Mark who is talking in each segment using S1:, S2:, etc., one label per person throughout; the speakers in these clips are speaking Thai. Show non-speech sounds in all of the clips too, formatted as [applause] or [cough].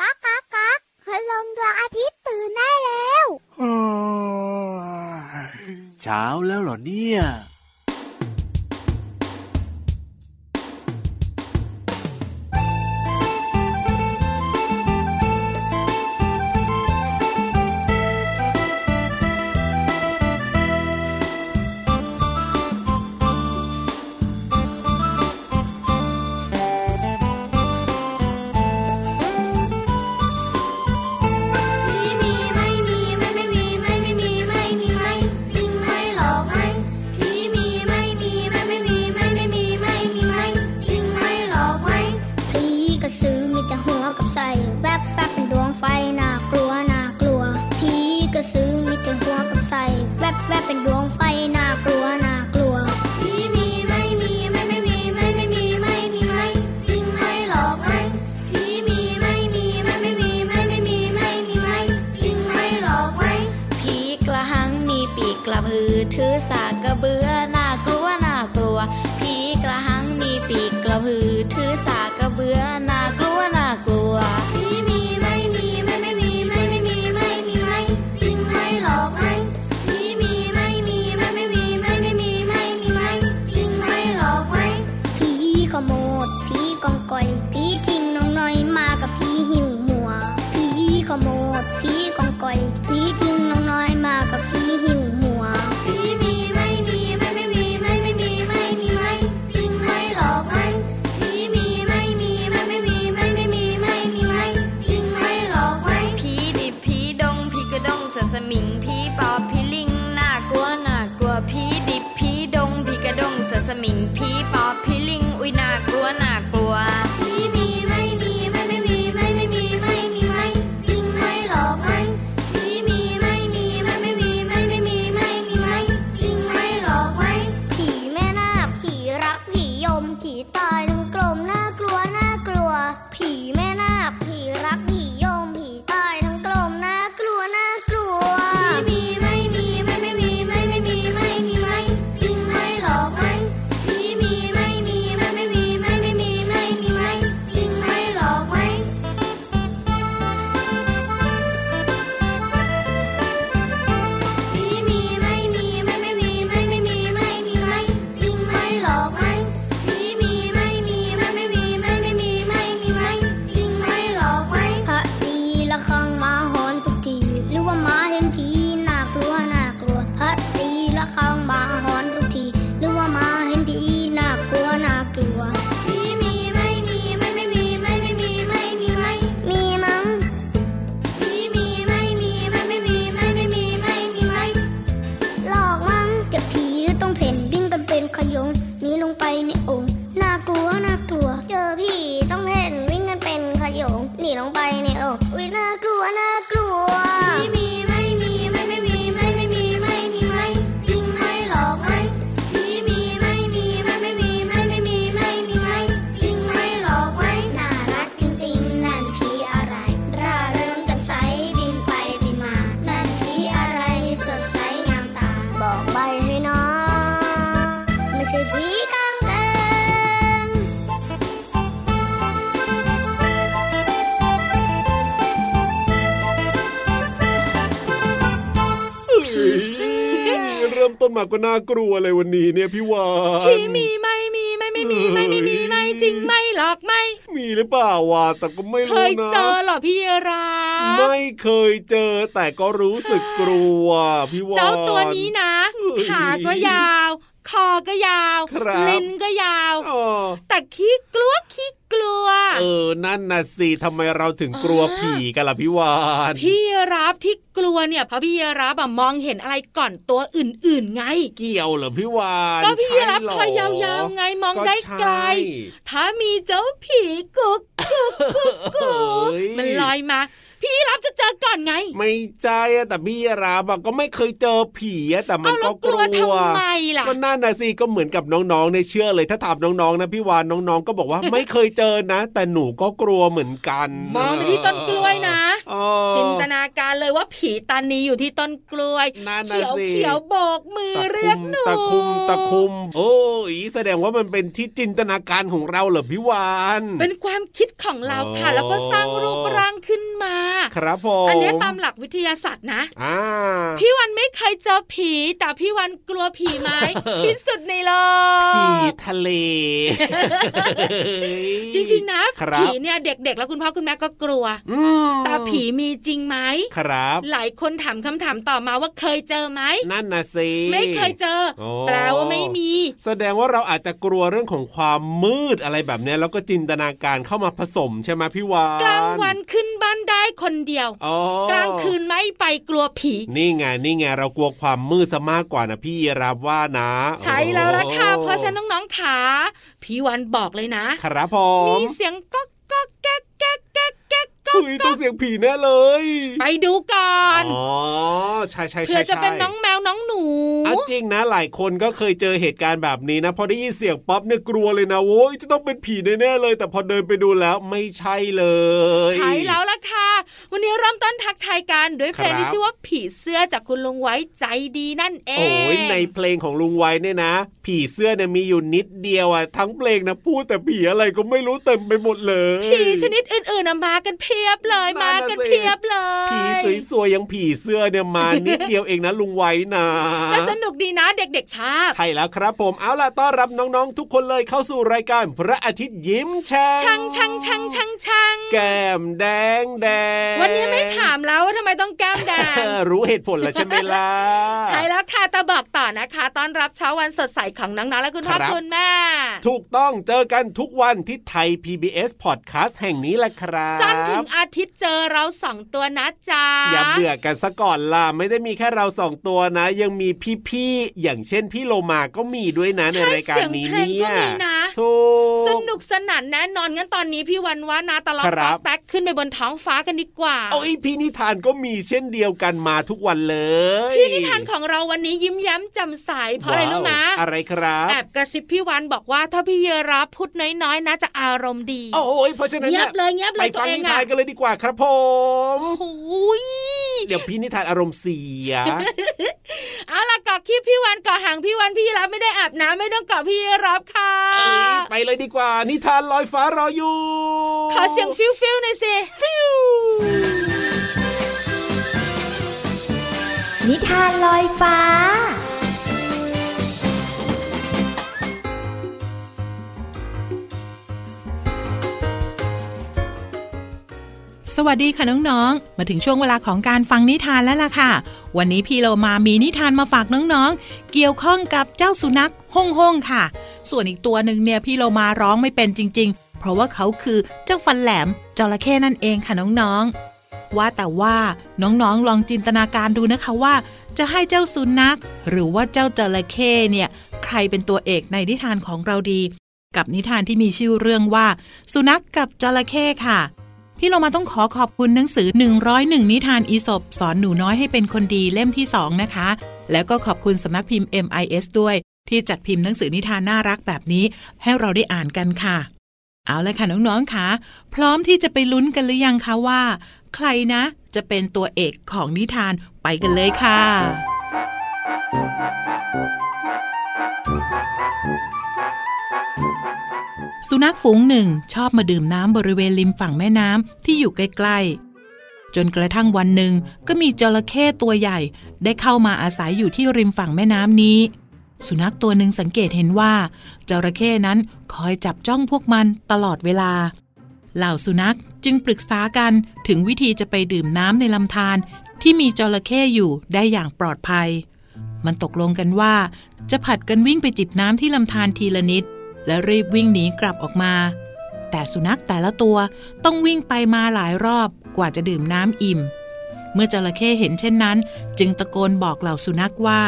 S1: ก๊ากก๊ากก๊ากคืลงดวงอาทิตย์ตื่นได้แล้ว
S2: เช้าแล้วเหรอเนี่ย
S3: มีมีไม่มีไม่ไม่มีไม่ไม่มีไม่มีไม่จริงไม่หลอกไม่ผีมีไม่มีไม่ไม่มีไม่ไม่มีไม่มีไม่จริงไม่หลอกไม่
S1: ผีกระสือมีแต่หัวกับไส้แวบแวบเป็นดวงไฟน่ากลัวน่ากลัวผีกระสือมีแต่หัวกับไส้แวบแวบเป็นดวงไฟน่ากลัวน่ากลัว
S3: ผีมีไม่มีไม่ไม่มีไม่ไม่มีไม่มีไม่จริงไม่หลอกไม่ผีมีไม่มีไม่ไม่มีไม่ไม่มีไม่มีไม่จริงไม่หลอกไม่
S4: ผีกระหังมีปีกกระพือถือสากกระเบือน่ากลัวน่ากลัวผีกระหังมีปีกกระพือถือสากกระเบือน่ากลัวน่ากลัว
S3: ผีมีไม่มีไม่ไม่มีไม่ไม่มีไม่มีไม่จริงไม่หลอกไม่ผีมีไม่มีไม่ไม่มีไม่ไม่มีไม่มีไม่จริงไม่หลอกไม่
S1: ผีขโมดผีกองก่อยผีทิ้งน้องน้อยมากับผีหิวหมัวผีขโมดผีกองก่อยผีทิ้งน้องน้อยมากับผีหิวหมัว
S3: ผีมีไม่มีไม่ไม่มีไม่ไม่มีไม่มีไม่จริงไม่หลอกไม่ผีมีไม่มีไม่ไม่มีไม่ไม่มีไม่มีไม่จริงไม่หลอกไม่
S4: ผีดิบผีดงผีกระดงเสือสมิงผีปอบผีลิงน่ากลัวน่ากลัวผีดิบผีดงผีกระดงเสือสมิงผีปอบผีลิงอุ้ยน่ากลัวน่ากลัว
S3: ผีมีไม่มีไม่ไม่มีไม่ไม่มีไม่มีไม่จริงไม่หลอกไม่ผีมีไม่มีไม่ไม่มีไม่ไม่มีไม่มีไม่จริงไม่หลอกไม่
S1: ผีแม่นาคผีรักผียมผีตายทั้งกลมน่ากลัวน่ากลัว ผีแม่นาคผีรักผียมผีตายทั้งกลมน่ากลัวน่ากลัว
S3: ผีมีไม่มีไม่ไม่มีไม่ไม่มีไม่มีไม่จริงไม่หลอกไม่ผีมีไม่มีไม่ไม่มีไม่ไม่มีไม่มีไม่จริงไม่หลอกไม่ ผีมีไม่มีไม่ไม่มีไม่ไม่มีไม่มีไม่จริงไม่หลอกไม่ผีมีไม่มีไม่ไม่มีไม่ไม่มีไม่มีไม่จริงไม่หลอกไม่
S1: พระดีละครังมาหอนทุกทีหรือว่าหมาเห็นผีน่ากลัวน่ากลัวพระดีละครังมาหอนทุกทีหรือว่าหมาเห็นผีน่ากลัวน่ากลัว
S3: ผีมีไม่มีไม่ไม่มีไม่ไม่มีไม่มีไม่
S1: มีมั้ง
S3: ผีมีไม่มีไม่ไม่มีไม่ไม่มีไม่มีไม่
S1: หลอกมั้งจะผีต้องเพ่นวิ่งกันเป็นขยงหนีลงไปในโองค์น่ากลัวน่ากลัว เจอผีต้องเพ่นวิ่งกันเป็นขยงหนีลงไปในโองค์อุ้ยน่ากลัวน่ากลัว
S3: ผีมีไม่มีไม่ไม่มีไม่ไม่มีไม่มีไม่จริงไม่หลอกไม่ผีมีไม่มีไม่ไม่มีไม่ไม่มีไม่มีไม่จริงไม่หลอกไม่
S1: น่ารักจริงๆ นั่นผีอะไร ร่าเริงแจ่มใสบินไปบินมา นั่นผีอะไรสดใสงามตา บอกใบให้น้อง ไม่ใช่ผีกลางแดง
S5: เริ่มต้นมาก็น่ากลัวเลยวันนี้เนี่ยพี่วาน
S4: ผีมีไม่มีไม่ไม่มีไม่ไม่มีไม่จริงไม่หรอกไม่
S5: มีหรือเปล่าวะแต่ก็ไม่
S4: เค
S5: รู้
S4: ย
S5: นะ
S4: เจอเหรอพี่รัก
S5: ไม่เคยเจอแต่ก็รู้สึกกลัวพี่วาน
S4: เจ้าตัวนี้นะ
S5: เฮ้ย
S4: ขาก็ยาว คอก็ยาว
S5: ครับ
S4: เลนก็ยาว
S5: อ๋อ
S4: แต่ขี้กลัวขี้กลัว
S5: เออนั่นนะสิทำไมเราถึงกลัวผีกันล่ะพี่วาน
S4: พี่รับที่กลัวเนี่ยเพราะพี่รับอะมองเห็นอะไรก่อนตัวอื่นๆไง
S5: เกี่ยวเหรอพี่วาน
S4: ก็พี่รับ
S5: ใช่ห
S4: คอยาวๆไงมองได้ไกล
S5: ใช่
S4: ถ้ามีเจ้าผีกุ๊กกุ๊กกุ๊กกุ๊ก
S5: เฮ้ย
S4: มันลอยมา
S6: พี่รับจะเจอก่อนไง
S5: ไม่ใช่อะแต่พี่ราบอะก็ไม่เคยเจอผีอะแต่มัน
S6: เอาแล้
S5: ก็ก
S6: วก
S5: ลั
S6: ลั
S5: ว
S6: วทำไมล่ะ
S5: ก็น่านะสิก็เหมือนกับน้องๆในยเชื่อเลยถ้าถามน้องๆนะพี่วานน้องๆก็บอกว่า ไม่เคยเจอนะ แต่หนูก็กลัวเหมือนกัน
S6: มองไปที่ต้นกล้วยนะ
S5: อ๋อ
S6: จินตนาการเลยว่าผีตานีอยู่ที่ต้นกล้วย
S5: นั่นน่ะ
S6: เขียว
S5: สิ
S6: เขียวโบกมือ
S5: ตะ
S6: เรี
S5: คุ
S6: ยก
S5: ม
S6: หนู
S5: ตะคุมตะคุม โอ้ยแสดงว่ามันเป็นที่จินตนาการของเราเหรอพี่วาน
S6: เป็นความคิดของเราค่ะ
S5: อ๋อ
S6: แล้วก็สร้างรูปร่างขึ้นมา
S5: ครับผม
S6: อันเนี้ยตามหลักวิทยาศาสตร์นะ
S5: อ่า
S6: พี่วันไม่เคยเจอผี แต่พี่วันกลัวผี
S5: [laughs]
S6: ไหม ที่สุดในโล
S5: ผี
S6: ก
S5: ทะเล
S6: จริง ๆ นะครับ ผีเนี่ยเด็กๆ แล้วคุณพ่อคุณแม่ก็กลัว
S5: อืม
S6: แต่ผีมีจริงไหม
S5: ครับ
S6: หลายคนถามคำถามต่อมาว่าเคยเจอไหม
S5: นั่นนะสิ
S6: ไม่เคยเจอ
S5: โอ้
S6: แปลว่าไม่มี
S5: แสดงว่าเราอาจจะกลัวเรื่องของความมืดอะไรแบบเนี้ยแล้วก็จินตนาการเข้ามาผสมใช่ไหมพี่วาน
S6: กลางวันขึ้นบ้านได้คนเดียว
S5: อ๋อก
S6: ลางคืนไม่ไปกลัวผี
S5: นี่ไงนี่ไงเรากลัวความมืดซะมากกว่านะพี่รับว่านะ
S6: ใช่แล้วล่ะค่ะ
S5: โอ้
S6: เพราะฉะนั้นน้องๆขาพี่วันบอกเลยนะครับ
S5: ผม
S6: มีเสียงก๊อกก๊อกแก๊กแก๊กแก๊กแก๊กก๊อก
S5: คุยตัวเสียงผีแน่เลย
S6: ไปดูก่อน
S5: อ๋อใช่ใช่ใช่
S6: เผื่อจะ
S5: ใช่
S6: เป็นน้องแมวน้องหนู
S5: อ่ะจริงนะหลายคนก็เคยเจอเหตุการณ์แบบนี้นะ พอได้ยินเสียงป๊อปเนี่ยกลัวเลยนะโว้ยจะต้องเป็นผีแน่ๆเลย แต่พอเดินไปดูแล้วไม่ใช่เลย
S6: ใช่แล้วล่ะค่ะ วันนี้เริ่มต้นทักทายกันด้วยเพลง
S5: ครับ
S6: ที่ชื่อว่าผีเสื้อจากคุณลุงไว้ใจดีนั่นเอง
S5: โอ้ยในเพลงของลุงไวเนี่ยนะ ผีเสื้อเนี่ยมีอยู่นิดเดียวอะทั้งเพลงนะพูดแต่ผีอะไรก็ไม่รู้เต็มไปหมดเลย
S6: ผีชนิดอื่นๆน่ะมากันเพียบเลย
S5: นั่น
S6: มา
S5: น่ะ
S6: กัน
S5: สิ
S6: เพียบเลย
S5: ผีสวยๆอยังผีเสื้อเนี่ยมานิดเดียวเองนะลุงไวนะ
S6: ก็สนุกดีนะเด็กๆชอบ
S5: ใช่แล้วครับผมเอาล่ะต้อนรับน้องๆ ทุกคนเลยเข้าสู่รายการพระอาทิตย์ยิ้มแฉ่ง
S6: ชังชังชังชังชัง
S5: แก้มแดงแดง
S6: วันนี้ไม่ถามแล้วว่าทำไมต้องแก้มแดง
S5: เอ [laughs] อรู้เหตุผลแล้วใช่ไหมล่ะ
S6: ใช่แล้วค่ะแต่บอกต่อนะคะ ต้อนรับเช้าวันสดใสของน้องๆและคุณพ่อ
S5: ครับ
S6: คุณแม่
S5: ถูกต้องเจอกันทุกวันที่ไทย PBS Podcast แห่งนี้แหละครับ
S6: จันทร์ถึงอาทิตย์เจอเราสองตัวนะจ๊ะ
S5: อย่าเบื่อกันซะก่อนล่ะไม่ได้มีแค่เราสองตัวนะ ยังมีพี่ๆ อย่างเช่นพี่โลมาก็มีด้วยนะใน
S6: ใช่
S5: รายการนี้เนี่ย
S6: เสียงเพลงก็มีนะ
S5: ถูก
S6: สนุกสนานแน่นอนงั้นตอนนี้พี่วันว่านาตลอด
S5: ครั
S6: ป๊อบ กแป๊กขึ้นไปบนท้องฟ้ากันดีกว่า
S5: โอ้ยพี่นิทานก็มีเช่นเดียวกันมาทุกวันเลย
S6: พี่นิทานของเราวันนี้ยิ้มแย้มแจ่มใสเพราะอะไรรู้ไหม
S5: ว้าวอะไรครับ
S6: แอบกระซิบพี่วันบอกว่าถ้าพี่เยรับพูดน้อยๆนะจะอารมณ์ดี
S5: โอ้ยเพราะฉะนั้น
S6: เงียบเลยเงียบเลย
S5: ไป
S6: ตั
S5: ฟั
S6: ว
S5: ง
S6: เอง
S5: นิ
S6: อะ
S5: ทานกันเลยดีกว่าครับผม
S6: โอ้โหย
S5: เดี๋ยวพี่นิทานอารมณ์เสีย
S6: เอาล่ะเกาะขี้พี่วันเกาะหางพี่วันพี่รับไม่ได้อาบน้ำไม่ต้องเกาะพี่รับค่ะ
S5: เอ้ยไปเลยดีกว่า นิทานลอยฟ้ารออยู่
S6: ขอเสียงฟิวฟิวๆหน่อยสิฟิว
S7: นิทานลอยฟ้า
S8: สวัสดีค่ะน้องๆ มาถึงช่วงเวลาของการฟังนิทานแล้วล่ะค่ะ วันนี้พี่เรามามีนิทานมาฝากน้องๆ เกี่ยวข้องกับเจ้าสุนัขฮ่องๆงค่ะ ส่วนอีกตัวหนึ่งเนี่ยพี่เรามาร้องไม่เป็นจริง ๆ เพราะว่าเขาคือเจ้าฟันแหลมจระเข้นั่นเองค่ะน้องๆ ว่าแต่ว่าน้องๆลองจินตนาการดูนะคะว่า จะให้เจ้าสุนัข หรือว่าเจ้าจระเข้เนี่ยใครเป็นตัวเอกในนิทานของเราดี กับนิทานที่มีชื่อเรื่องว่า สุนัขกกับจระเข้ค่ะ พี่เรามาต้องขอขอบคุณหนังสือ 101 นิทานอีสบสอนหนูน้อยให้เป็นคนดีเล่มที่ 2 นะคะ แล้วก็ขอบคุณสำนักพิมพ์ MIS ด้วย ที่จัดพิมพ์หนังสือนิทานน่ารักแบบนี้ให้เราได้อ่านกันค่ะ เอาละค่ะ น้อง ๆค่ะพร้อมที่จะไปลุ้นกันหรือยังคะว่า ใครนะ จะเป็นตัวเอกของนิทานไปกันเลยค่ะ สุนัขฝูงหนึ่งชอบมาดื่มน้ำบริเวณริมฝั่งแม่น้ำที่อยู่ใกล้ๆ จนกระทั่งวันหนึ่งก็มีจระเข้ตัวใหญ่ ได้เข้ามาอาศัยอยู่ที่ริมฝั่งแม่น้ำนี้ สุนัขตัวหนึ่งสังเกตเห็นว่าจระเข้นั้นคอยจับจ้องพวกมันตลอดเวลา เหล่าสุนัขจึงปรึกษากันถึงวิธีจะไปดื่มน้ำในลำธารที่มีจระเข้อยู่ได้อย่างปลอดภัย มันตกลงกันว่า จะผลัดกันวิ่งไปจิบน้ำที่ลำธารทีละนิด และรีบวิ่งหนีกลับออกมา แต่สุนัขแต่ละตัวต้องวิ่งไปมาหลายรอบกว่าจะดื่มน้ำอิ่ม เมื่อจระเข้เห็นเช่นนั้น จึงตะโกนบอกเหล่าสุนัขว่า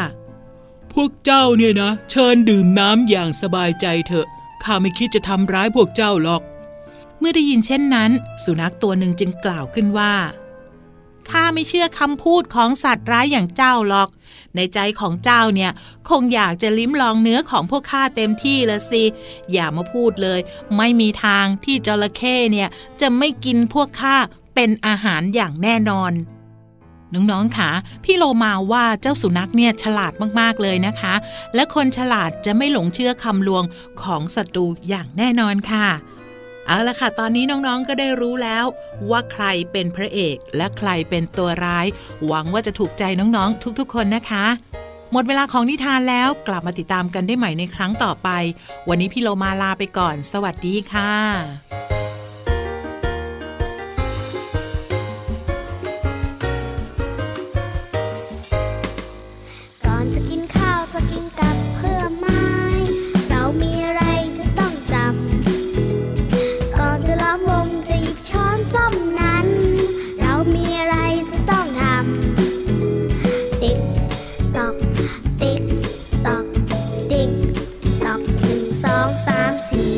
S8: พวกเจ้าเนี่ยนะ เชิญดื่มน้ำอย่างสบายใจเถอะข้าไม่คิดจะทำร้ายพวกเจ้าหรอก เมื่อได้ยินเช่นนั้น สุนัขตัวหนึ่งจึงกล่าวขึ้นว่า ข้าไม่เชื่อคำพูดของสัตว์ร้ายอย่างเจ้าหรอก ในใจของเจ้าเนี่ย คงอยากจะลิ้มลองเนื้อของพวกข้าเต็มที่ละสิ อย่ามาพูดเลย ไม่มีทางที่จระเข้เนี่ย จะไม่กินพวกข้าเป็นอาหารอย่างแน่นอน น้องๆค่ะพี่โลมาว่าเจ้าสุนัขเนี่ยฉลาดมากๆเลยนะคะ และคนฉลาดจะไม่หลงเชื่อคำลวงของศัตรูอย่างแน่นอนค่ะ เอาละค่ะ ตอนนี้น้องๆ ก็ได้รู้แล้ว ว่าใครเป็นพระเอกและใครเป็นตัวร้าย หวังว่าจะถูกใจน้องๆ ทุกๆ คนนะคะ หมดเวลาของนิทานแล้วกลับมาติดตามกันได้ใหม่ในครั้งต่อไป วันนี้พี่โลมาลาไปก่อน สวัสดีค่ะ
S9: ก่อนจะกินข้าวจะกินกับเพื่อไม้ เรามีอะไรจะต้องจำ ก่อนจะล้อมวงจะหยิบช้อนส้อมนั้น เรามีอะไรจะต้องทำ ติ๊กตอก ติ๊กตอก ติ๊กตอกหนึ่งสองสามสี่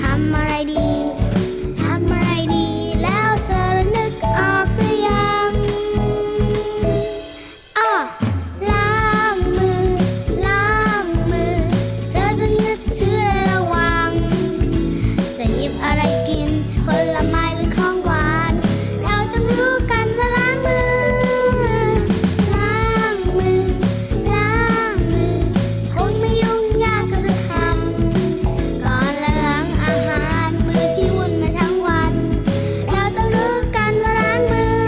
S9: ทำอะไรดี ทำอะไรดี แล้วเธอนึกออกหรือยัง อ้อ
S3: 啊
S9: ล้างมือ ล้างมือ เธอจะนึกชื่อระวัง จะหยิบอะไรกิน ผลไม้หรือของหวาน เราต้องรู้กันว่าล้างมือ ล้างมือ ล้างมือ คงไม่ยุ่งยากก็จะทำ ก่อนล้างอาหารมือที่วุ่นมาทั้งวัน เราต้องรู้กันว่าล้างมือ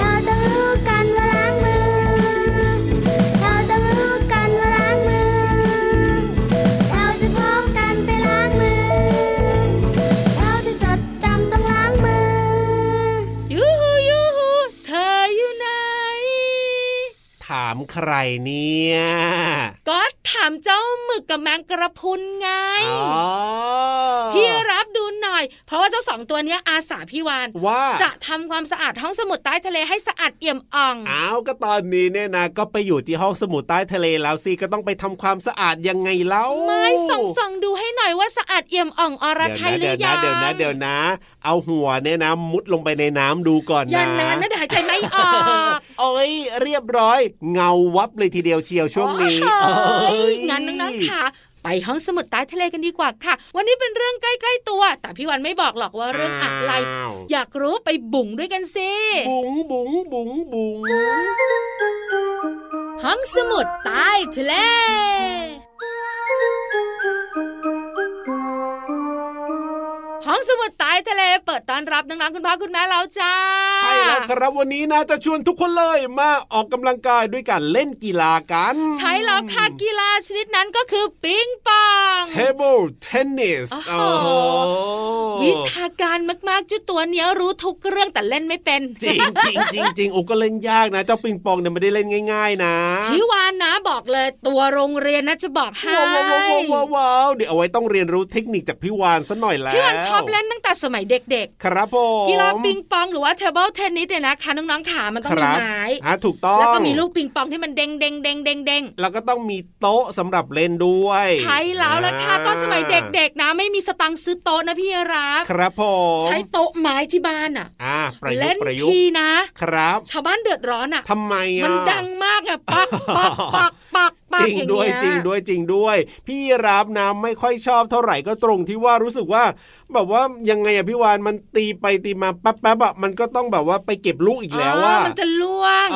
S9: เราต้องรู้กันว่าล้างมือ เราต้องรู้กันว่าล้างมือ เราจะพร้อมกันไปล้างมือ เราจะจดจำต้องล้างมือ
S6: ยูฮูยูฮูเธออยู่ไหน
S5: ถามใครเนี่ย
S6: ก็ถามเจ้าหมึกกับแมงกระพรุนไง
S5: อ๋อ
S6: พี่รับดูหน่อย เพราะว่าเจ้าสองตัวเนี้ยอาสาพี่วาน
S5: ว่า
S6: จะทำความสะอาดห้องสมุดใต้ทะเลให้สะอาดเอี่ยมอ่อง
S5: อ้าวก็ตอนนี้เนี่ยนะ ก็ไปอยู่ที่ห้องสมุดใต้ทะเลแล้วสิก็ต้องไปทำความสะอาดยังไงเล่า
S6: ไม่ส่องส่องดูให้หน่อยว่าสะอาดเอี่ยมอ่องอรไทยหรื
S5: เดี๋ยว
S6: อยั
S5: นะ
S6: ง
S5: เดี๋ยวนะเดี๋ยวนะ เอาหัวเนี่ยนะ มุดลงไปในน้ำดูก่อนนะ
S6: อย่านานนะเดี๋ยวหายใจไม่ออก
S5: โอ้ยเรียบร้อย เงาวับเลยทีเดียวเชียวช่วงนี้
S6: โอ้
S5: เอ้
S6: ย
S5: ย
S6: งั้นน้องๆค่ะ ไปห้องสมุดใต้ทะเลกันดีกว่าค่ะ วันนี้เป็นเรื่องใกล้ๆตัว แต่พี่วันไม่บอกหรอกว่าเรื่องอะไร
S5: อ้าว
S6: อยากรู้ไปบุ๋งด้วยกันสิ
S5: บุ๋งบุ๋งบุ๋งบุ๋ง
S6: ห้องสมุดใต้ทะเล ห้องสมุดใต้ทะเล เปิดต้อนรับน้องๆคุณพ่อคุณแม่แล้วจ้า
S5: ใช่แล้วครับวันนี้นะจะชวนทุกคนเลยมาออกกำลังกายด้วยการเล่นกีฬากัน
S6: ใช้แล้วค่ะกีฬาชนิดนั้นก็คือปิงปอง
S5: table tennis
S6: โอ้โห
S5: โอ้โห
S6: วิชาการมากๆเจุตัวเนี้ยรู้ทุกเรื่องแต่เล่นไม่เป็น
S5: จริงจริงจริงจริงโอ้ก็เล่นยากนะ เจ้าปิงปองเนี่ยไม่ได้เล่นง่าย ๆ นะ
S6: พี่วานนะบอกเลยตัวโรงเรียนนะจะบอกให้
S5: ว้าวว้าวว้าวว้าวว้าวเดี๋ยวเอาไว้ต้องเรียนรู้เทคนิคจากพี่วานซะหน่อยแล้ว
S6: พี่วานชอบเล่นตั้งแต่สมัยเด็ก
S5: ครับผม
S6: ๆ กีฬาปิงปองหรือว่าเทเบิลเทนนิสเนี่ยนะคะน้องๆขามันต้อง
S5: ค
S6: มี
S5: รับ
S6: ไม้
S5: อ่ะถูกต้อง
S6: แล้วก็มีลูกปิงปองที่มันเด้งเด้งเด้งเด้งเด้ง
S5: แล้วก็ต้องมีโต๊ะสำหรับเล่นด้วย
S6: ใช้แล้วละค่ะตอนสมัยเด็กๆ นะ ไม่มีสตังค์ซื้อโต๊ะนะพี่รับ
S5: ครับผม
S6: ใช้โต๊ะไม้ที่บ้านอ่ะ
S5: อ่ะประยุก
S6: เล่น
S5: ต์ประยุก
S6: ที
S5: ต์
S6: นะ
S5: ครับ
S6: ชาวบ้านเดือดร้อนอ่ะ
S5: ทำไมอ่ะ
S6: มันดังมากอ่ะปักปักปักปัก
S5: จ
S6: ปัก
S5: ริง
S6: อย่าง
S5: ด้ว
S6: เงี้
S5: ย
S6: ย
S5: จริงด้วยจริงด้วย พี่รับนะไม่ค่อยชอบเท่าไหร่ก็ตรงที่ว่ารู้สึกว่า แบบว่ายังไงอะพี่วานมันตีไปตีมาแป๊บแป๊บๆอะมันก็ต้องแบบว่าไปเก็บลูกอีกแล้ว
S6: อ๋
S5: ว่า
S6: อมันจะล่วง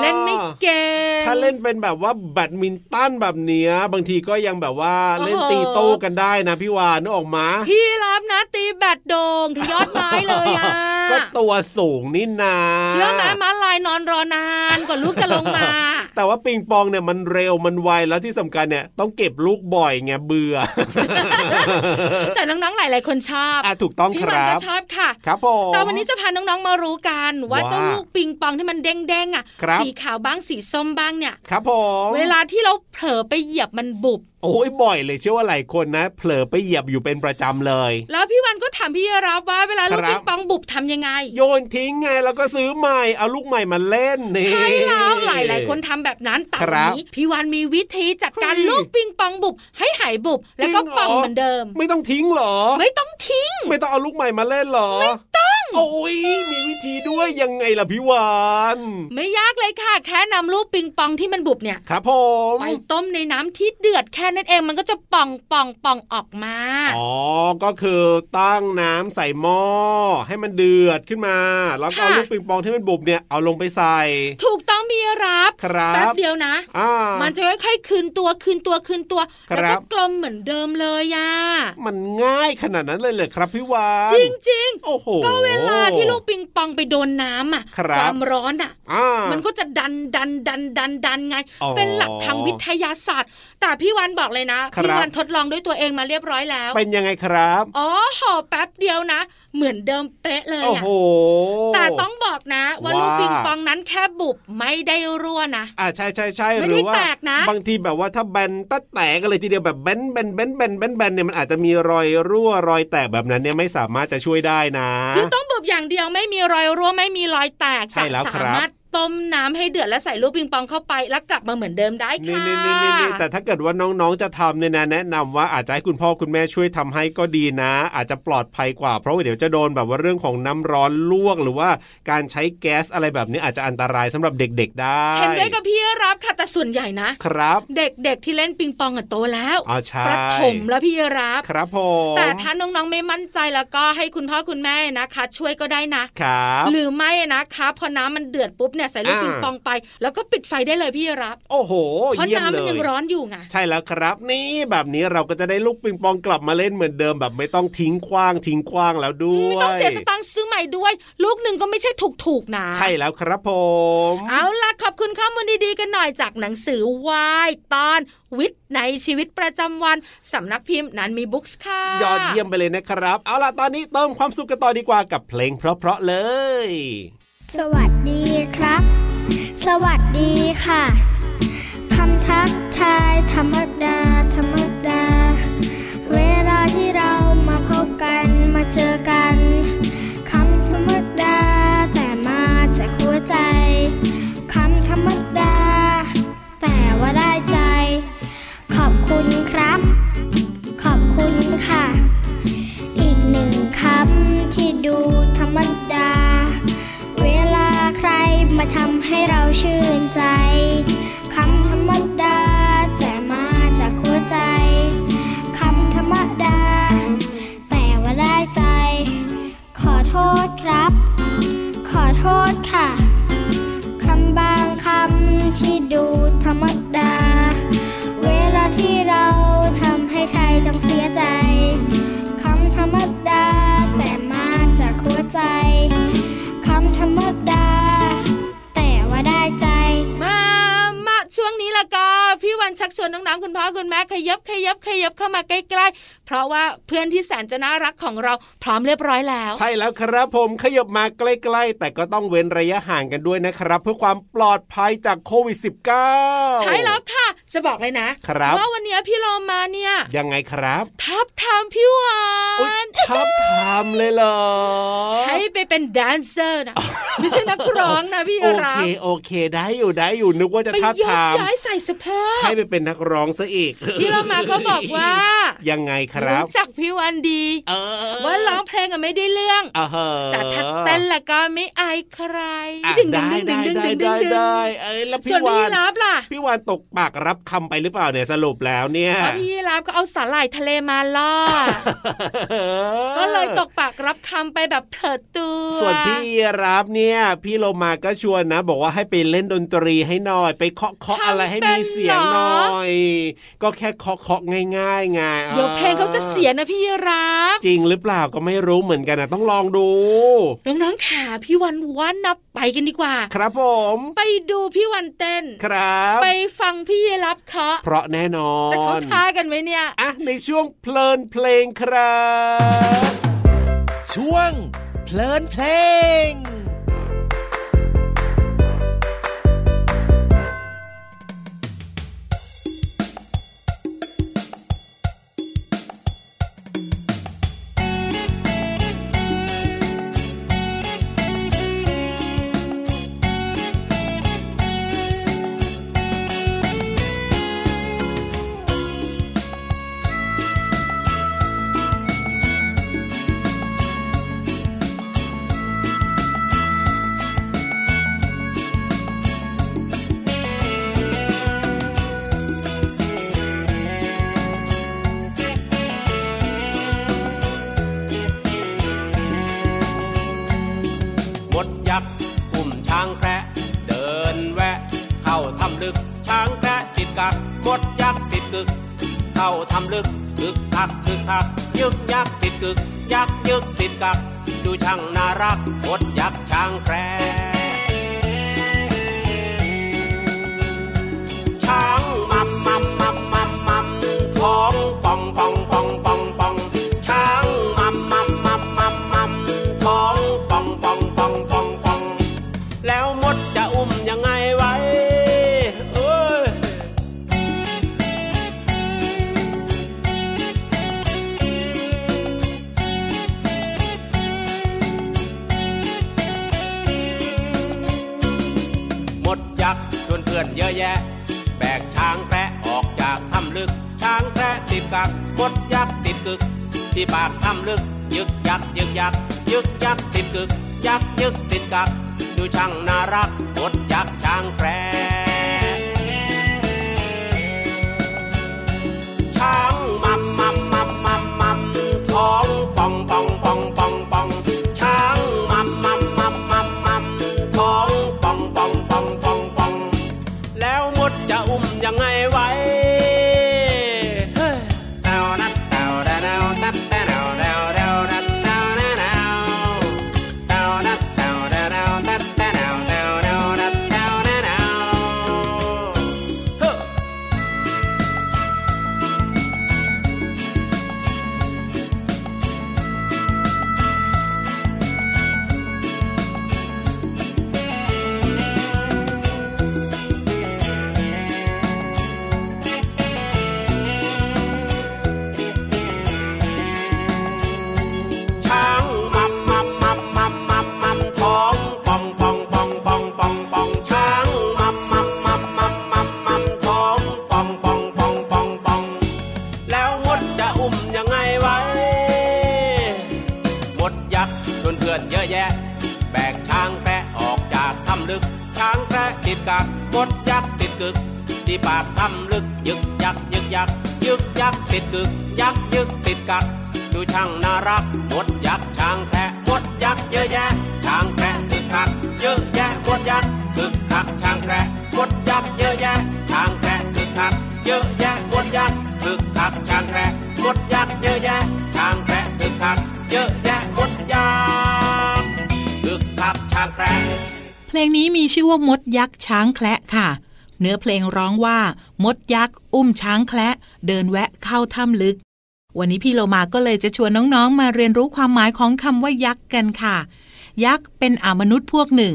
S6: เล่นไม่เก่ง
S5: ถ้าเล่นเป็นแบบว่าแบดมินตันแบบเนี้ยบางทีก็ยังแบบว่า
S6: โอ้โห
S5: เล่นตีโต้กันได้นะพี่วานนึกออกมา
S6: พี่รับนะตีแบดโดงถึงยอดไม้เลยอ่ะ
S5: [laughs] ก็ตัวสูงนี่นา
S6: เชื่อไหมมาลายนอนรอนานกว่าลูกจะลงมา
S5: แต่ว่าปิงปองเนี่ยมันเร็วมันไวแล้วที่สำคัญเนี่ยต้องเก็บลูกบ่อยไงเบื่อ
S6: แต่น้องๆหลาย ๆ คนชอบ
S5: อ่ะถูกต้อง
S6: พี่
S5: ค
S6: วัน
S5: รั
S6: ก็
S5: บ
S6: ชอบค่ะ
S5: ครับผม
S6: แต่วันนี้จะพาน้องๆมารู้กันว่า
S5: ว่า
S6: เจ้าลูกปิงปองที่มันเด้งๆอ่ะ
S5: ครับ
S6: สีขาวบ้างสีส้มบ้างเนี่ย
S5: ครับผม
S6: เวลาที่เราเผลอไปเหยียบมันบุบ
S5: โอ้ยบ่อยเลยเชื่อว่าหลายคนนะ เผลอไปเหยียบอยู่เป็นประจำเลย
S6: แล้วพี่วันก็ถามพี่รับว่าเวลาลูก
S5: ครับ
S6: ปิงปองบุบทำยังไง
S5: โยนทิ้งไงแล้วก็ซื้อใหม่ เอาลูกใหม่มาเล่นนี่
S6: ใช่แล้วหลายหลายๆ คนทำแบบนั้นแต่
S5: ค
S6: วั
S5: รั
S6: น
S5: บ
S6: นี้พี่วานมีวิธีจัดการ
S5: เฮ้ย
S6: ลูกปิงปองบุบ ให้หายบุบ แล้วก็
S5: จริงเหรอ
S6: ป่องเหมือนเดิม
S5: ไม่ต้องทิ้งเหรอ
S6: ไม่ต้องทิ้ง
S5: ไม่ต้องเอาลูกใหม่มาเล่นเหรอ ไม่ต้อง โอ้ยมีวิธีด้วยยังไงล่ะพี่วาน
S6: ไม่ยากเลยค่ะ แค่นำลูกปิงปองที่มันบุบเนี่ย
S5: ครับผม
S6: ไปต้มในน้ำที่เดือดแค่นั้นเองมันก็จะป่องป่องป่องออกมา
S5: อ๋อก็คือตั้งน้ำใส่หม้อให้มันเดือดขึ้นมา แล้วก็เอา
S6: ค่ะ
S5: ลูกปิงปองที่มันบุบเนี่ยเอาลงไปใส่
S6: ถูกต้องมีรับ
S5: ครั
S6: แป๊บบ เดียวนะ
S5: อ่า
S6: มันจะค่อยๆคืนตัวคืนตัวคืนตัว
S5: ครับ
S6: แล้วก็กลมเหมือนเดิมเลยอ่ะ
S5: มันง่ายขนาดนั้นเลยเหรอครับพี่วาน
S6: จริง
S5: โอ้โห
S6: ๆ ก็เวลาที่ลูกปิงปองไปโดนน้ำอ่ะ
S5: ครั
S6: ค
S5: บ
S6: วามร้อนอ่ะ
S5: อ่า
S6: มันก็จะดันดันดันดันดันไง
S5: อ๋อ
S6: เป็นหลักทางวิทยาศาสตร์ แต่พี่วันบอกเลยนะ
S5: ครับ
S6: พี่วันทดลองด้วยตัวเองมาเรียบร้อยแล้ว
S5: เป็นยังไงครับ
S6: อ๋อห่อแป๊บเดียวนะ เหมือนเดิมเป๊ะเลย
S5: โอ้
S6: อะ
S5: โห
S6: แต่ต้องบอกนะ ว่า
S5: ว่า
S6: ลูกปิงปองนั้นแค่บุบไม่ได้รั่วนะ
S5: อ่าใช่ใช่ใช่
S6: ไม่
S5: ห
S6: ได้
S5: รือว่า
S6: แตกนะ
S5: บางทีแบบว่าถ้าแบนตัดแตกกันเลยทีเดียวแบบแบนแบนแบนแบนแบนแบนเนี่ยมันอาจจะมีรอยรั่วรอยแตกแบบนั้นเนี่ยไม่สามารถจะช่วยได้นะ
S6: คือต้องบุบอย่างเดียวไม่มีรอยรั่วไม่มีรอยแตก
S5: ใช่
S6: จะ
S5: แล้วค
S6: สา
S5: รับ
S6: มารถต้มน้ำให้เดือดและใส่ลูกปิงปองเข้าไปแล้วกลับมาเหมือนเดิมได้
S5: นี่
S6: ค่ะ
S5: นี่นี่นี่นี่แต่ถ้าเกิดว่าน้องๆจะทำเนี่ยนะแนะนำว่าอาจจะให้คุณพ่อคุณแม่ช่วยทำให้ก็ดีนะ อาจจะปลอดภัยกว่า เพราะว่าเดี๋ยวจะโดนแบบว่าเรื่องของน้ำร้อนลวกหรือว่าการใช้แก๊สอะไรแบบนี้อาจจะอันตรายสำหรับเด็ก ๆ ได้
S6: เห็นด้วยกับพี่รับค่ะแต่ส่วนใหญ่นะ
S5: ครับ
S6: เด็กๆที่เล่นปิงปองอะโตแล้ว
S5: อ๋อใช่
S6: ประถมแล้วพี่รับ
S5: ครับผม
S6: แต่ถ้าน้องๆไม่มั่นใจแล้วก็ให้คุณพ่อคุณแม่นะคะ ช่วยก็ได้นะ
S5: ครับ
S6: หรือไม่นะคะพอน้ำมันเดือดปุ๊บเนี่ยใส่ลูก
S5: อ่า
S6: ปิงปองไป แล้วก็ปิดไฟได้เลยพี่รับ
S5: โอ้โห
S6: เพราะ
S5: เยี่ยม
S6: น้ำ
S5: เล
S6: มันยัง
S5: ย
S6: ร้อนอยู่ไง
S5: ใช่แล้วครับนี่แบบนี้เราก็จะได้ลูกปิงปองกลับมาเล่นเหมือนเดิมแบบไม่ต้องทิ้งขว้างทิ้งขว้างแล้วด้วย
S6: ไม่ต้องเสียสตังค์ซื้อใหม่ด้วย ลูกหนึ่งก็ไม่ใช่ถูกๆนะ
S5: ใช่แล้วครับผม
S6: เอาล่ะขอบคุณข้อมูลดีๆกันหน่อยจากหนังสือวายตอน วิทย์ในชีวิตประจำวันสำนักพิมพ์นั้นมีบุ๊กส์ค่ะ
S5: ยอดเยี่ยมไปเลยนะครับ เอาล่ะตอนนี้เติมความสุขกันต่อดีกว่ากับเพลงเพราะๆเลย
S10: สวัสดีครับ สวัสดีค่ะ คำทักทายธรรมดา ธรรมดา เวลาที่เรามาพบกันมาเจอกัน คำธรรมดา แต่มาจากหัวใจ คำธรรมดา แต่ว่าได้ใจ ขอบคุณครับ ขอบคุณค่ะ อีกหนึ่งคำที่ดูธรรมดา เวลาใครมาทำให้เราชื่นใจ คำธรรมดา แต่มาจากหัวใจ คำธรรมดา แต่ว่าได้ใจ ขอโทษครับ ขอโทษค่ะ คำบางคำที่ดูธรรมดา เวลาที่เราทำให้ใครต้องเสียใจ คำธรรมดา แต่มาจากหัวใจ คำธรรมดา แต่ว่าได้ใจ
S6: มามาช่วงนี้ละก็พี่วันชักชวนน้องๆคุณพ่อคุณแม่ขยับขยับขยับเข้ามาใกล้ๆ เพราะว่าเพื่อนที่แสนจะน่ารักของเราพร้อมเรียบร้อยแล้ว
S5: ใช่แล้วครับผมขยบมาใกล้ๆ แต่ก็ต้องเว้นระยะห่างกันด้วยนะครับ เพื่อความปลอดภัยจากโควิด -19
S6: ใช่แล้วค่ะ จะบอกเลยนะครับ ว่าวันนี้พี่โลมาเนี่ย
S5: ยังไงครับ
S6: ทับทามพี่วั
S5: อุ๊ย
S6: น
S5: ทับทามเลยเหรอ
S6: ให้ไปเป็นแดนเซอร์
S5: [laughs]
S6: นะไม่ใช่นักร้องนะพี่
S5: โอ
S6: รั
S5: เค
S6: บ
S5: โอเคได้อยู่ได้อยู่นึกว่าจะ
S6: ไป
S5: ท้าบ
S6: ยก
S5: ทาม
S6: ย้ายใส่สะโพก
S5: ให้ไปเป็นนักร้องซะอีก
S6: พี่โลมาก็บอกว่า
S5: ยังไงครับ
S6: จักพี่วันดี
S5: เออ
S6: ว่าร้องเพลงอะไม่ได้เรื่อง
S5: อ่าฮะ
S6: แต่ถ้าเต้นแล้วก็ไม่อายใคร
S5: อ่ะ
S6: ดึงดึง
S5: ได้
S6: ดึงดึ
S5: ได้
S6: ง
S5: ได้
S6: ดึงดึงดึ
S5: ได้
S6: งดึง
S5: ได้เอ้ยแล้ว
S6: ส่
S5: พี่
S6: ว
S5: วา
S6: นพี่
S5: น
S6: รับล่ะ
S5: พี่วานตกปากรับคำไปหรือเปล่าเนี่ยสรุปแล้วเนี่ย
S6: เพราะพี่รับก็เอาสาหร่ายทะเลมา
S5: [laughs]
S6: ล่อ ก็เลยตกปากรับคำไปแบบเผิดตัว
S5: ส่วนพี่รับเนี่ย พี่โลมาก็ชวนนะ บอกว่าให้ไปเล่นดนตรีให้หน่อย ไปเคาะเคาะอะไรให้มีเสียงหน่อย ก็แค่เคาะเคาะง่ายๆไง
S6: เดี๋ยวเพลงเขาจะเสียนะพี่รับ
S5: จริงหรือเปล่าก็ไม่รู้เหมือนกันนะต้องลองดู
S6: น้องๆขาพี่วันวันนับไปกันดีกว่า
S5: ครับผม
S6: ไปดูพี่วันเต้น
S5: ครับ
S6: ไปฟังพี่รับเคาะ
S5: เพราะแน่นอน
S6: จะเขาท่ากันไหมเนี่ย
S5: อ่ะในช่วงเพลินเพลงครับ
S11: ช่วง เพลินเพลง
S12: เ
S7: ยักษ์อุ้มช้างแคระเดินแวะ เข้าทำลึกช้างแคระติดกักมดยักษ์ติดกึก เข้าทำลึกกึกกักกึกกักยึกยักษ์ติดกึก ยักษ์ยึกติดกัก ดูช่างน่ารักมดยักษ์ช้างแคระ ช้างมัมมัมมัมมัมมัมท้องป่องป่องป่องป่องป่องช้างมัมมัมมัมมัมมัมท้องป่องป่องป่องป่องป่องแล้วมดจะอุ้มยังไงไว้เอ้ย หมดยักษ์ชวนเพื่อนเยอะแยะ แบกช้างแพะออกจากถ้ำลึก ช้างแพะติดกักหมดยักษ์ติดกึก ที่ปากถ้ำลึก ยึกยักยึกยักยึกยักติดกึก ยักยึกติดกัก ดูช่างน่ารักหมดยักษ์ช้างแพะช้างมัมมัมมัมมัมมัมท้องป่องป่องป่องป่องป่องช้างมัมมัมมัมมัมมัมท้องป่องป่องป่องป่องป่องแล้วมดจะอุ้มยังไงไว้เฮ้ยแนวนัดแนวแนวแนวนัดแนวแนวแนวนัดแนวแนวแนวแนวนัดแนวแนวแนวนัดแนวแนวแนวนัดแนวแนวแนวเฮ้อ ช้างมัมมัมมัมมัมมัมมัมท้องป่องป่องป่องป่องป่องป่องช้างมัมมัมมัมมัมมัมมัมท้องป่องป่องป่องป่องป่องแล้วมดจะอุ้มยังไงไว้มดยักษ์ชวนเพื่อนเยอะแยะ แบกช้างแพะออกจากถ้ำลึก ช้างแพะติดกักมดยักษ์ติดกึก ที่ปากถ้ำลึกยึกยักยึกยักยึกยักติดกึก ยักยึกติดกัก ดูช่างน่ารักมดยักษ์ช้างแพะมดยักษ์เยอะแยะ ช้างแพะคึกคักเยอะแยะมดยักษ์คึกคักช้างแพะมดยักษ์เยอะแยะ ช้างแพะคึกคักเยอะแยะมดยักษ์คึกคักช้างแพะมดยักษ์เยอะแยะ ช้างแพะคึกคักเยอะแยะมดยักษ์คึกคักช้างแพะ
S8: เพลงนี้มีชื่อว่ามดยักษ์ช้างแคละค่ะ เนื้อเพลงร้องว่า มดยักษ์อุ้มช้างแคละเดินแวะเข้าถ้ำลึก วันนี้พี่โลมาก็เลยจะชวนน้องๆ มาเรียนรู้ความหมายของคำว่ายักษ์กันค่ะ ยักษ์เป็นอามนุษย์พวกหนึ่ง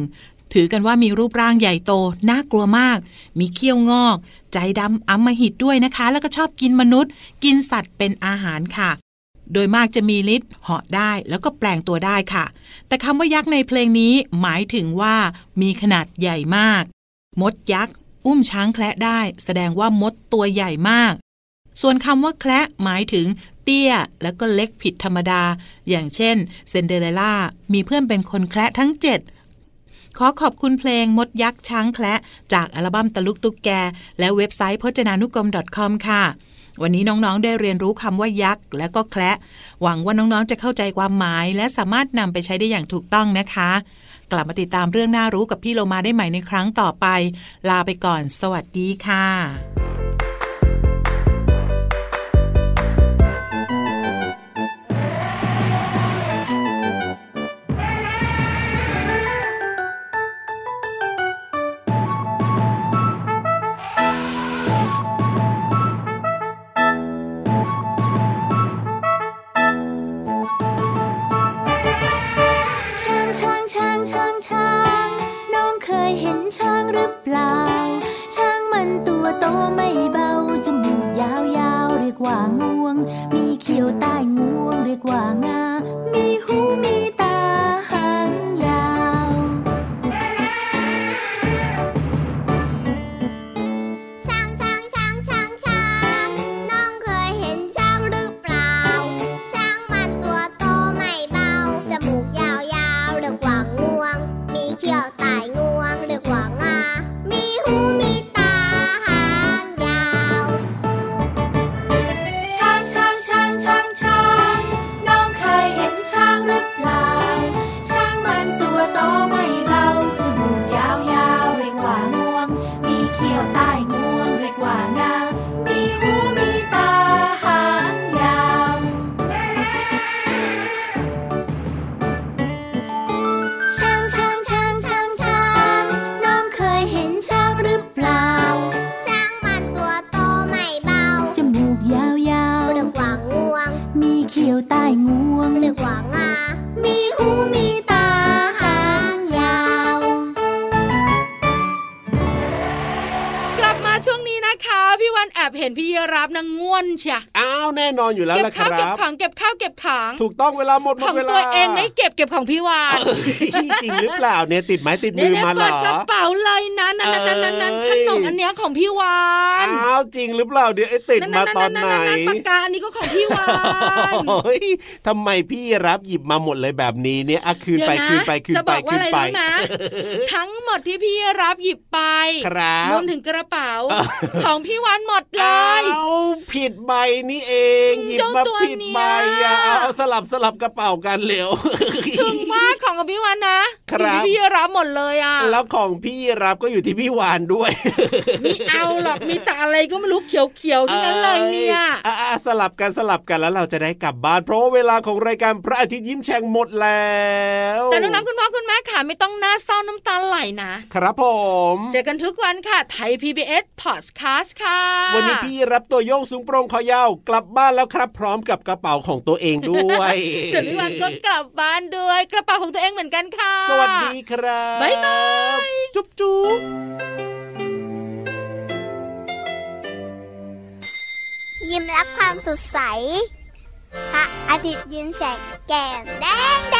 S8: ถือกันว่ามีรูปร่างใหญ่โต น่ากลัวมาก มีเขี้ยวงอก ใจดำอัมหิตด้วยนะคะ แล้วก็ชอบกินมนุษย์ กินสัตว์เป็นอาหารค่ะ โดยมากจะมีฤทธิ์เหาะได้แล้วก็แปลงตัวได้ค่ะ แต่คำว่ายักษ์ในเพลงนี้หมายถึงว่ามีขนาดใหญ่มาก มดยักษ์อุ้มช้างแคละได้ แสดงว่ามดตัวใหญ่มาก ส่วนคำว่าแคละหมายถึงเตี้ย แล้วก็เล็กผิดธรรมดา อย่างเช่นเซนเดอเรลล่ามีเพื่อนเป็นคนแคละทั้งเจ็ด ขอขอบคุณเพลงมดยักษ์ช้างแคละจากอัลบั้มตะลุกตุกแก และเว็บไซต์พจนานุกรม .com ค่ะ วันนี้น้องๆได้เรียนรู้คำว่ายักษ์และก็แคละหวังว่าน้องๆจะเข้าใจความหมาย และสามารถนำไปใช้ได้อย่างถูกต้องนะคะ กลับมาติดตามเรื่องน่ารู้กับพี่โลมาได้ใหม่ในครั้งต่อไป ลาไปก่อน สวัสดีค่ะ
S3: ช้างช้างช้างช้างช้างน้องเคยเห็นช้างหรือเปล่า ช้างมันตัวโตไม่เบาจมูกยาวยาวๆเรียกว่างวง มีเขียวใต้งวงเรียกว่างา มีหูมีตาหางยาว
S1: ช้างช้างช้างช้างช้างน้องเคยเห็นช้างหรือเปล่า ช้างมันตัวโตไม่เบา จมูกยาวยาวๆเรียกว่างวง มีเขี้ยวตายงวงเรียกว่างา มีหูมีตาหางยาว
S3: ช้างช้างช้างช้างช้างน้องเคย
S6: เห็นพี่รับนะง่วนเชีย
S5: อ้าวแน่นอนอยู่แล้ว
S6: เก็บ
S5: ล่ะค
S6: ข้าว
S5: รั
S6: เก็บบ ของเก็บข้าวเก็บของ
S5: ถูกต้องเวลาหมดหม
S6: ขอ
S5: ด
S6: ง
S5: เวลา
S6: ตัวเองไม่เก็บเก็บของพี่วาน
S5: เอ้ยจริงหรือเปล่าเนี่ยติดไม้ติด
S6: เนี่
S5: มือ
S6: ยเนี่ย
S5: มาเหร
S6: เปิด
S5: อ
S6: กระเป๋าเลยนะนั่นนั่นนั่นนั่นนั่น
S5: เอ้
S6: ข
S5: ย
S6: นมอันเนี้ยของพี่วาน
S5: อ้าวจริงหรือเปล่าเดี๋ยวไอ้ติดมาตอนไหน
S6: ๆๆๆๆปากกาอันนี้ก็ของพี่วาน
S5: โอ้ยทำไมพี่รับหยิบมาหมดเลยแบบนี้เนี่ยอะคืนไปคืนไปคืน
S6: จะ
S5: ไป
S6: บอกว่า
S5: คืน
S6: อะไร
S5: ไป
S6: รู้นะ
S5: [laughs]
S6: ทั้งหมดที่พี่รับหยิบไป
S5: ครับ
S6: วมถึงกระเป๋า
S5: เออ
S6: ของพี่วันหมดเลย
S5: เอาผิดใบนี่เองหยิบ
S6: เจ้า
S5: มา
S6: ตัว
S5: ผิดใบ
S6: เนี่ย
S5: อ่ะเอาเอาสลับสลับกระเป๋ากันเร็ว
S6: ถึงว่าของของพี่วันนะครับ อยู่ที่พี่รับหมดเลยอ่ะ
S5: แล้วของพี่รับก็อยู่ที่พี่วานด้วย
S6: ไม่เอาหรอกมีแต่อะไรก็ไม่รู้เขียวๆทั้งนั้นเลยเนี่ย
S5: อ้อ่ะอ่ะสลับกันสลับกันแล้วเราจะได้กลับบ้าน เพราะว่าเวลาของรายการพระอาทิตย์ยิ้มแฉ่งหมดแล้ว
S6: แต่น้องๆคุณพ่อคุณแม่ค่ะไม่ต้องหน้าเศร้าน้ำตาไหลนะ
S5: ครับผม
S6: เจอกันทุกวันค่ะไทย PBS Podcast ค่ะ
S5: วันนี้พี่รับตัวโยงสูงโปรงคอยาวกลับบ้านแล้วครับ พร้อมกับกระเป๋าของตัวเองด้วย
S6: [laughs] ส่วนพี่วันก็กลับบ้านด้วยกระเป๋าของตัวเองเหมือนกันค่ะ
S5: สวัสดีครับ
S6: บ๊ายบาย
S5: จุ๊บจุ๊บ
S1: ยิ้มรับความสดใส พระอาทิตย์ยิ้มแฉกแก้มแดงแด